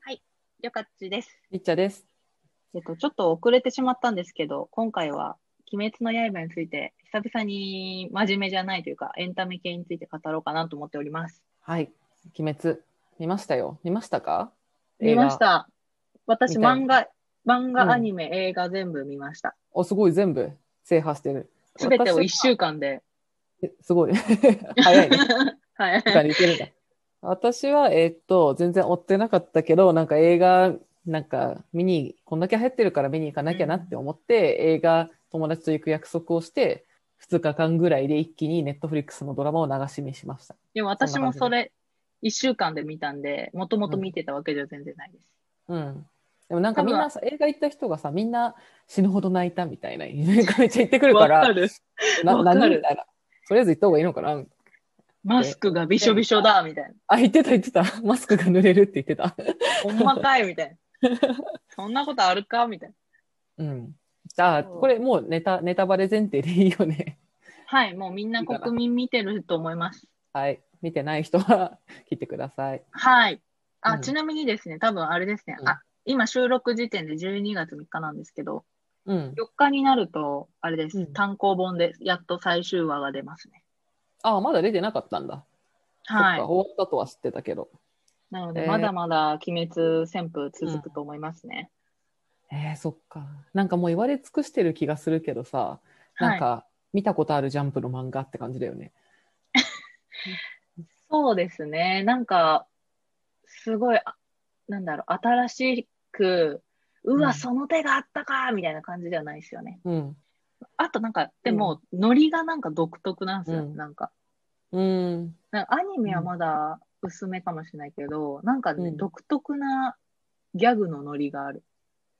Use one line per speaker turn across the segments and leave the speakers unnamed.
はい。
よかっちです。
りっちゃです。
えっと、ちょっと遅れてしまったんですけど、今回は、鬼滅の刃について、久々に真面目じゃないというか、エンタメ系について語ろうかなと思っております。
はい。鬼滅、見ましたよ。見ましたか
見まし。
映画
た。私、
見たよ
漫画、漫
うん
画、アニメ、映画全部見ました。
お、すごい、全部制覇してる。
すべてを
私は
1週間で。
えすごい。 早いね。
はい。
とかに行けるんだ。私は、えーっと、全然追ってなかったけど、なんか映画、なんか見に、こんだけ流行ってるから見に行かなきゃなって思って、映画、友達と行く約束をして、2日間ぐらいで一気にネットフリックスのドラマを流し見しました。
でも私もそれ、1週間で見たんで、もともと見てたわけじゃ全然ないです。
うん。でもなんかみんなさ、映画行った人がさ、みんな死ぬほど泣いたみたいな、 めちゃめちゃ言ってくるか、
わからる。
な、
わかる
何みたいな。とりあえず行った方がいいのかな
マスクがびしょびしょだ、みたいな。
あ、言ってた言ってた。マスクが濡れるって言ってた。
ほんまかい、みたいな。そんなことあるか、みたいな。
うん。じゃあ、
そう
これもうネタ、ネタバレ前提でいいよね。
はい、もうみんない
いかな
国民見てると思います。
はい。見てない人は 聞いてください。
はい。あ、
うん
ちなみにですね、多分あれですね、
うん
あ、今収録時点で12月3日なんですけど、
うん。
4日になると、あれです、
うん
単行本で、やっと最終話が出ますね。
ああ、まだ出てなかったんだ。
はい
そっか、。終わったとは知ってたけど。
なので、
えー
まだまだ鬼滅旋風続くと思いますね。
えー、そっか。なんかもう言われ尽くしてる気がするけどさ、なん
はい。
か見たことあるジャンプの漫画って感じだよね。
そうですね、なんか、すごい、あなんだろう、新しく、うわ、
うん
その手があったかみたいな感じではないですよね。
うん。
あとなんか、でも、ノリがなんか独特なんですよ、
うん
なんか。
うん。
なんかアニメはまだ薄めかもしれないけど、なんかね、
うん
独特なギャグのノリがある。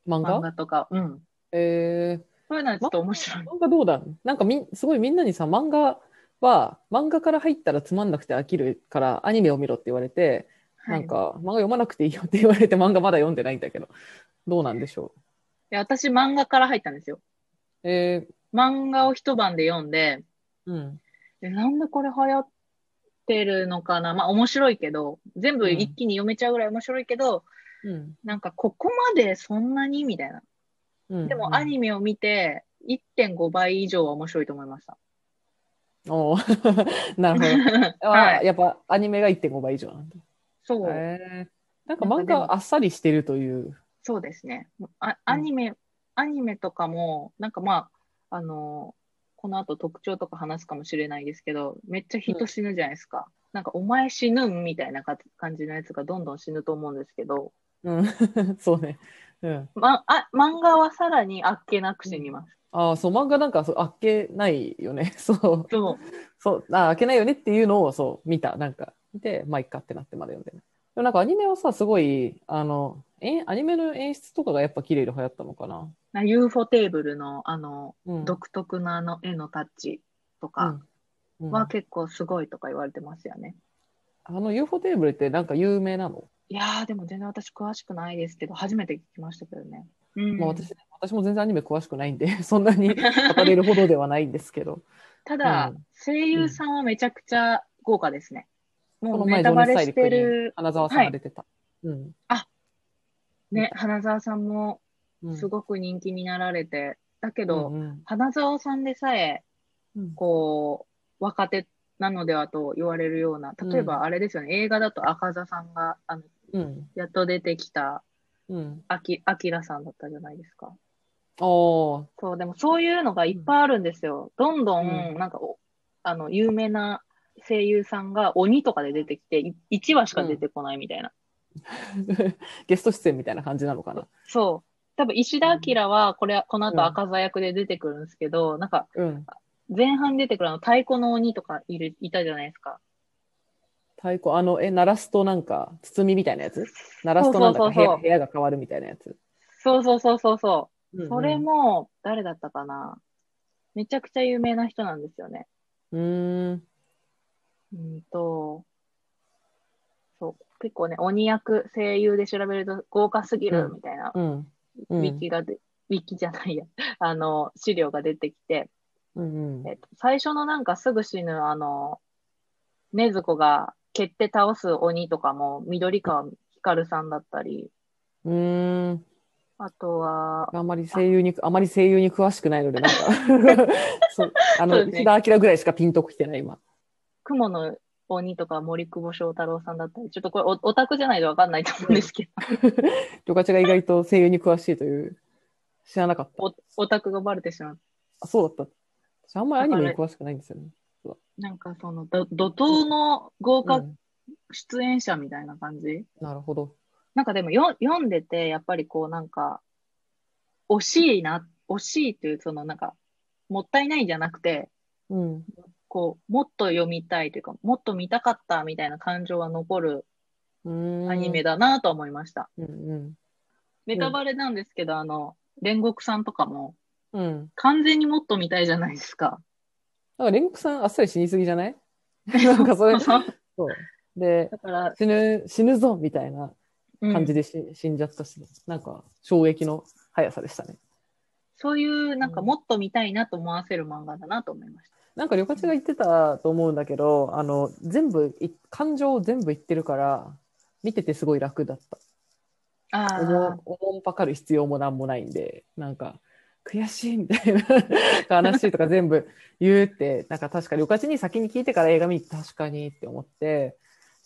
漫画
漫画とか、うん。
え
そういうのはちょっと面白い。
ー、漫画どうだなんかみん、すごいみんなにさ、漫画は、漫画から入ったらつまんなくて飽きるからアニメを見ろって言われて、
は
ないんか漫画読まなくていいよって言われて漫画まだ読んでないんだけど、どうなんでしょ
いや私、漫画から入ったんですよ。
う。え
漫画を一晩で読んで、
ー、うん。
えなんでこれ流行ってるのかなまあ、面白いけど、全部一気に読めちゃうぐらい面白いけど、
うん。
なんか、ここまでそんなにみたいな。
で
でも、アニメを見て、1.5倍以上は面白いと思いました。
おお なるほ ど。
は
あ
い。
やっぱアニメが1.5倍以上なんだ。
そう。
へーなんか
なんか
漫
でも
画あっさりしてるという。
そうですね。あアニメ、アニメとかも、なんかまあ、あのこの後特徴とか話すかもしれないですけど、めっちゃ人死ぬじゃないですか。なんか、お前死ぬんみたいなか感じのやつがどんどん死ぬと思うんですけど、
うん、 そうね。うん。
ま、あ漫画はさらにあっけなく死にます。
ああ、そう、漫画なんかそうあっけないよね。 そう、
そう。
そう、ああっけないよねっていうのをそう、見た。なんか、で、まあ、いっかってなってまで読んでね。でもなんかアニメはさ、すごい、あの、えアニメの演出とかがやっぱ綺麗で流行ったのかな。
な UFO テーブルの、あの、
うん。
独特なあの絵のタッチとか
うんうん
は結構すごいとか言われてますよね。
あの UFO テーブルってなんか有名なの
いやー、でも全然私詳しくないですけど、初めて聞きましたけどね。うん。
まあ、私私も全然アニメ詳しくないんで、 そんなに語れるほどではないんですけど、
ただ、
うん
声優さんはめちゃくちゃ豪華ですね。
こ
も
の
う
前、
ネ
情
タバ
熱
レ
大
し
陸
て
に
る、
花澤さんが出てた。うん
ね、花澤さんも
うん。
すごく人気になられて、だけど、
うん
花澤さんでさえ、
うん
こう、若手なのではと言われるような、例え
う
ばあれですよね、映画だと赤座さんが、あの、
うん。
やっと出てきた、
うん。
あき、あきらさんだったじゃないですか。
おー
そう、でもそういうのがいっぱいあるんですよ。どんどん、なんかお、あの、有名な声優さんが鬼とかで出てきて、1話しか出てこないみたいな。
ゲスト出演みたいな感じなのかな。
そう。多分、石田明は、これ、この
うん
後赤座役で出てくるんですけど、なんか、
うん。
前半に出てくるあの、太鼓の鬼とかいる、いたじゃないですか。
太鼓、あの、え、鳴らすとなんか、包みみたいなやつ鳴ら
そ
す
う
と
そ
な
うんそ
か
う
部屋
そ
部屋が変わるみたいなやつ。
う。そうそうそうそう。
うんうん
それ。も、誰だったかな。めちゃくちゃ有名な人なんですよね。
うーん。
うんと、そう。結構ね、鬼役、声優で調べると豪華すぎる
うん
みたいな、
うん。う
ウ
ん
ィキがで、ウィキじゃないや、あの、資料が出てきて、
うんうん
えっと、最初のなんかすぐ死ぬ、あの、禰豆子が蹴って倒す鬼とかも、緑川光カルさんだったり、
うーん。
あとは、
あんまり声優に、あまり声優に詳しくないので、なん かそう、あ
そう
の、
ですね
石田明ぐらいしかピンときてない、今。
雲の鬼とか森久保祥太郎さんだったり、ちょっとこれオオタクじゃないとわかんないと思うんですけど、
りょかちが意外と声優に詳しいという、知らなかった。
おオタクがバレてしまう。
あ、そうだった。私あんまりアニメに詳しくないんですよね。
なんかその、ど怒涛の豪華
うん
出演者みたいな感じ、
なるほど。
なんかでもよ読んでて、やっぱりこうなんか、惜しいな、惜しいという、そのなんか、もったいないじゃなくて、
うん。
こう、もっと読みたいというか、もっと見たかったみたいな感情が残る
うーん
アニメだなと思いました。
うんう
ネタバレなんですけど、あの、煉獄さんとかも、
ん。うん。
完全にもっと見たいじゃないですか。
なんか煉獄さんあっさり死にすぎじゃない なん かそれ、
そう
そう。で、
だから、
死ぬ、死ぬぞみたいな
うん
感じでし、死んじゃったし、なんか衝撃の速さでしたね。
そういう、なんかもっと見たいなと思わせる漫画だなと思いました。
なんか、りょかちが言ってたと思うんだけど、あの、全部い、感情を全部言ってるから、見ててすごい楽だった。
あ
お
あ
も、おもんぱかる必要もなんもないんで、なんか、悔しいみたいな、悲しいとか全部言うって、 なんか確かに、おかちに先に聞いてから映画見に行って確かにって思って、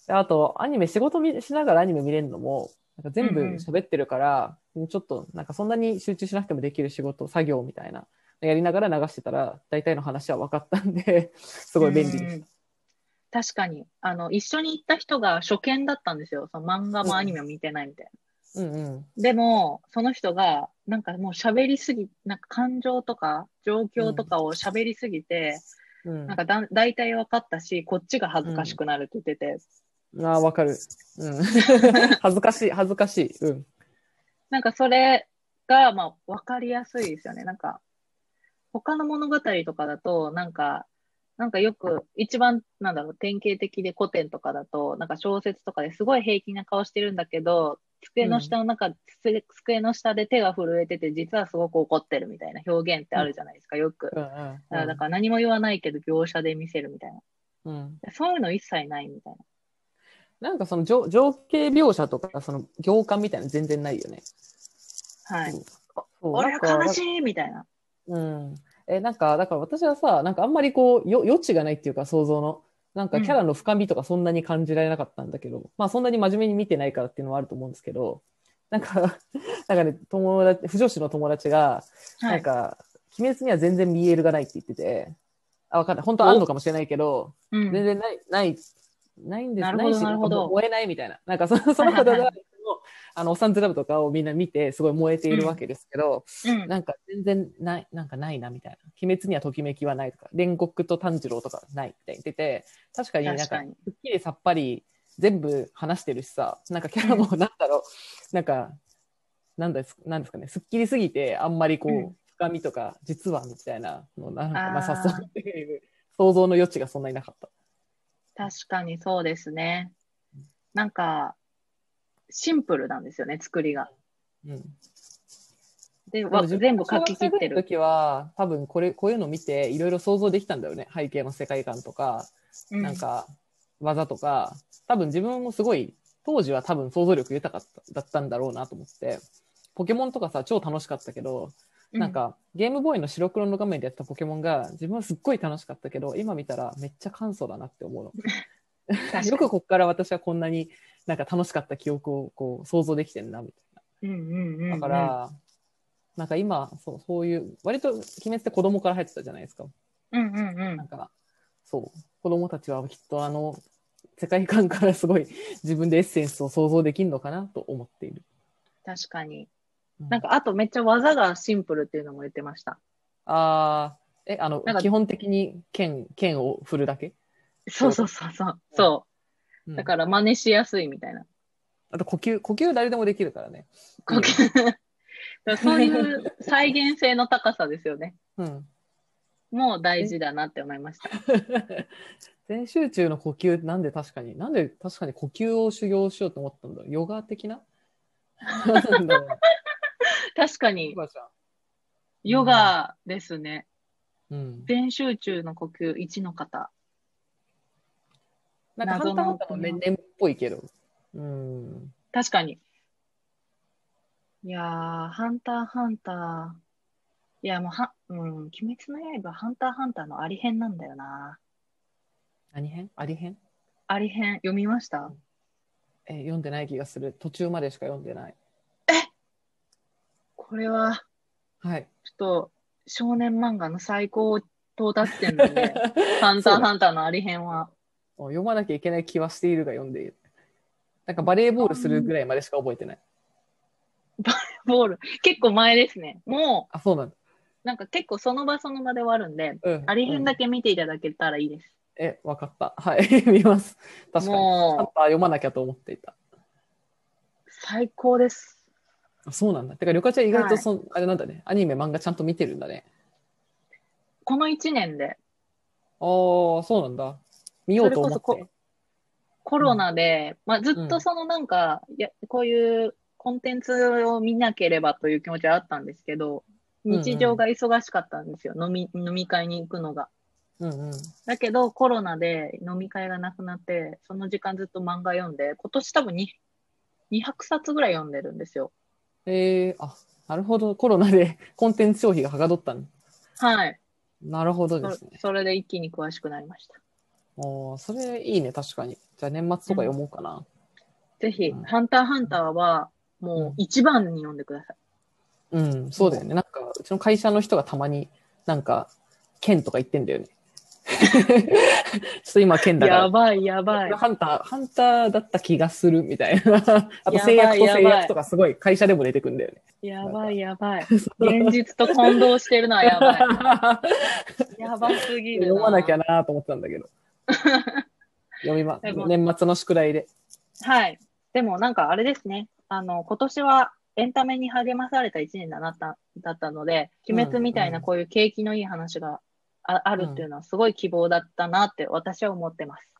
であと、アニメ、仕事見しながらアニメ見れるのも、なんか全部
うんうん
喋ってるから、ちょっと、なんかそんなに集中しなくてもできる仕事、作業みたいな、やりながら流してたら、大体の話は分かったんで、 すごい便利で
う
し
ん確かに。あの、一緒に行った人が初見だったんですよ。その漫画もアニメも見てないみたいな。
た。うんうん。
でも、その人が、なんかもう喋りすぎ、なんか感情とか状況とかを喋りすぎて、
うん。
なんかだ大体分かったし、こっちが恥ずかしくなるって言ってて、
ああ、わかる。 うん。恥ずかしい、恥ずかしい。うん。
なんかそれが、まあ、分かりやすいですよね。なんか、他の物語とかだと、なんか、なんかよく、一番、なんだろう、典型的で古典とかだと、なんか小説とかですごい平気な顔してるんだけど、机の下の中、机机の下で手が震えてて、実はすごく怒ってるみたいな表現ってあるじゃないですか、よく。
うんうん
だからだから何も言わないけど、描写で見せるみたいな。
うん。
そういうの一切ないみたいな。
なんかその情情景描写とか、その行間みたいなの全然ないよね。
はい。
そう
俺
なん
は
か
悲しいみたいな。
うん。え、なんか、だから私はさ、なんかあんまりこう、よ余地がないっていうか想像の。なんかキャラの深みとかそんなに感じられなかったんだけど、まあそんなに真面目に見てないからっていうのはあると思うんですけど、なんか、 なんかね、友達、不女子の友達が、
は
なん
い。
か、鬼滅には全然 BL がないって言ってて、あ、わかんない。本当はあるのかもしれないけど、
うん
全然ない、ない、ないんです、
なるほど
いし、
なるほど
なんか燃えないみたいな。なんかその、その
はい
子
は
が、
いはい
あの、おさんずラブとかをみんな見て、すごい燃えているわけですけど、
うん
なんか全然ない、なんかないなみたいな。鬼滅にはときめきはないとか、煉獄と炭治郎とかないって言ってて、確かになんか、
確か
す
に。
っきりさっぱり全部話してるしさ、なんかキャラもなんだろう、なんか、なんです、なんですかね、すっきりすぎて、あんまりこう、
うん
深みとか、実はみたいなのなんかなさ
あ
そうっていう、想像の余地がそんなになかった。
確かにそうですね。なんか、シンプルなんですよね、作りが。
うん、
で、わ全部書き切ってる。
時は、多分これ、こういうの見て、いろいろ想像できたんだよね。背景の世界観とか、
うん
なんか、技とか、多分自分もすごい、当時は多分想像力豊かっただったんだろうなと思って、ポケモンとかさ、超楽しかったけど、なん、か、ゲームボーイの白黒の画面でやってたポケモンが、自分はすっごい楽しかったけど、今見たらめっちゃ簡素だなって思うの。
うん確かに
よくこっから私はこんなになんか楽しかった記憶をこう想像できてんな、みたいな。
うんうんうんう
だ
ん
から、なんか今そう、そういう、割と鬼滅って子供から入ってたじゃないですか。
うんうんう
なん
ん。
か、そう、子供たちはきっとあの、世界観からすごい自分でエッセンスを想像できるのかなと思っている。
確かに。
う
なん、か、あとめっちゃ技がシンプルっていうのも言ってました。
あーえ、あの
なん、か
基本的に剣、剣を振るだけ、
そうそうそうそう。そ
うん
う。だから真似しやすいみたいな。
あと呼吸、呼吸誰でもできるからね。
呼吸だからそういう再現性の高さですよね。
うん。
もう大事だなって思いました。
全集中の呼吸、なんで確かに、なんで確かに呼吸を修行しようと思ったんだろう。ヨガ 的ななんだろうな
確かに
ヨ、ガじゃん
ヨガですね。
うん、
全集中の呼吸1の方。
なんかハンターハンターの
謎の
年々っぽいけど。うん。
確かに。いやー、ハンターハンター。いや、もうは、うん、鬼滅の刃、ハンターハンターのあり編なんだよな。
何編あり編
あり編、読みました
えー読んでない気がする。途中までしか読んでない。
これは、
はい。
ちょっと、少年漫画の最高到達点なん で、ハンターハンターのあり編は。
もう読まなきゃいけない気はしているが読んでいる。なんかバレーボールするぐらいまでしか覚えてない。
ボール、結構前ですね。も
あ、そうなんだ。
う、なんか結構その場その場で終わるんで、
うん。
あり編だ
け。
け見ていただけたらいいです。
え、わかった。はい。 見ます。確かに。ハンター
もう、
読まなきゃと思っていた。
最高です。
あそうなんだ。てか、りょかちゃん意外
は
と
い
そ、んあれなんだね。アニメ、漫画ちゃんと見てるんだね。
この1年で、
ああ、そうなんだ。見ようと思
そ
っ
れ
て
こ。コロナで、まあ、ずっとそのなんか、いやこういうコンテンツを見なければという気持ちはあったんですけど、日常が忙しかったんですよ、飲み、飲み会に行くのが。
うんうん。
だけど、コロナで飲み会がなくなって、その時間ずっと漫画読んで、今年多分に200冊ぐらい読んでるんですよ。
えー、あ、なるほど。コロナで コンテンツ消費がはかどったん
はい。
なるほどです
そ
ね。
それで一気に詳しくなりました。
おーそれいいね、確かに。じゃあ年末とか読もうかな。
ぜひ、
うん
ハンターハンターは、もう一番に読んでください。
うん、そうだよね。なんか、うちの会社の人がたまに、なんか、県とか言ってんだよね。 ちょっと今、県だから。
やばい、やばい。
ハンター、ハンターだった気がするみたいな。あと制
やば
約
い
と
やば
制
い
約とかすごい会社でも出てくんだよね。
やばい、やばい。現実と混同してるのはやばい。 やばすぎる
読まなきゃ
な。
なと思ってたんだけど。 読みます
で。も
年末の宿題で。
はい。でもなんかあれですね。あの、今年はエンタメに励まされた一年だなった、だったので、鬼滅みたいなこういう景気のいい話がああるっていうのはすごい希望だったなって私は思ってます。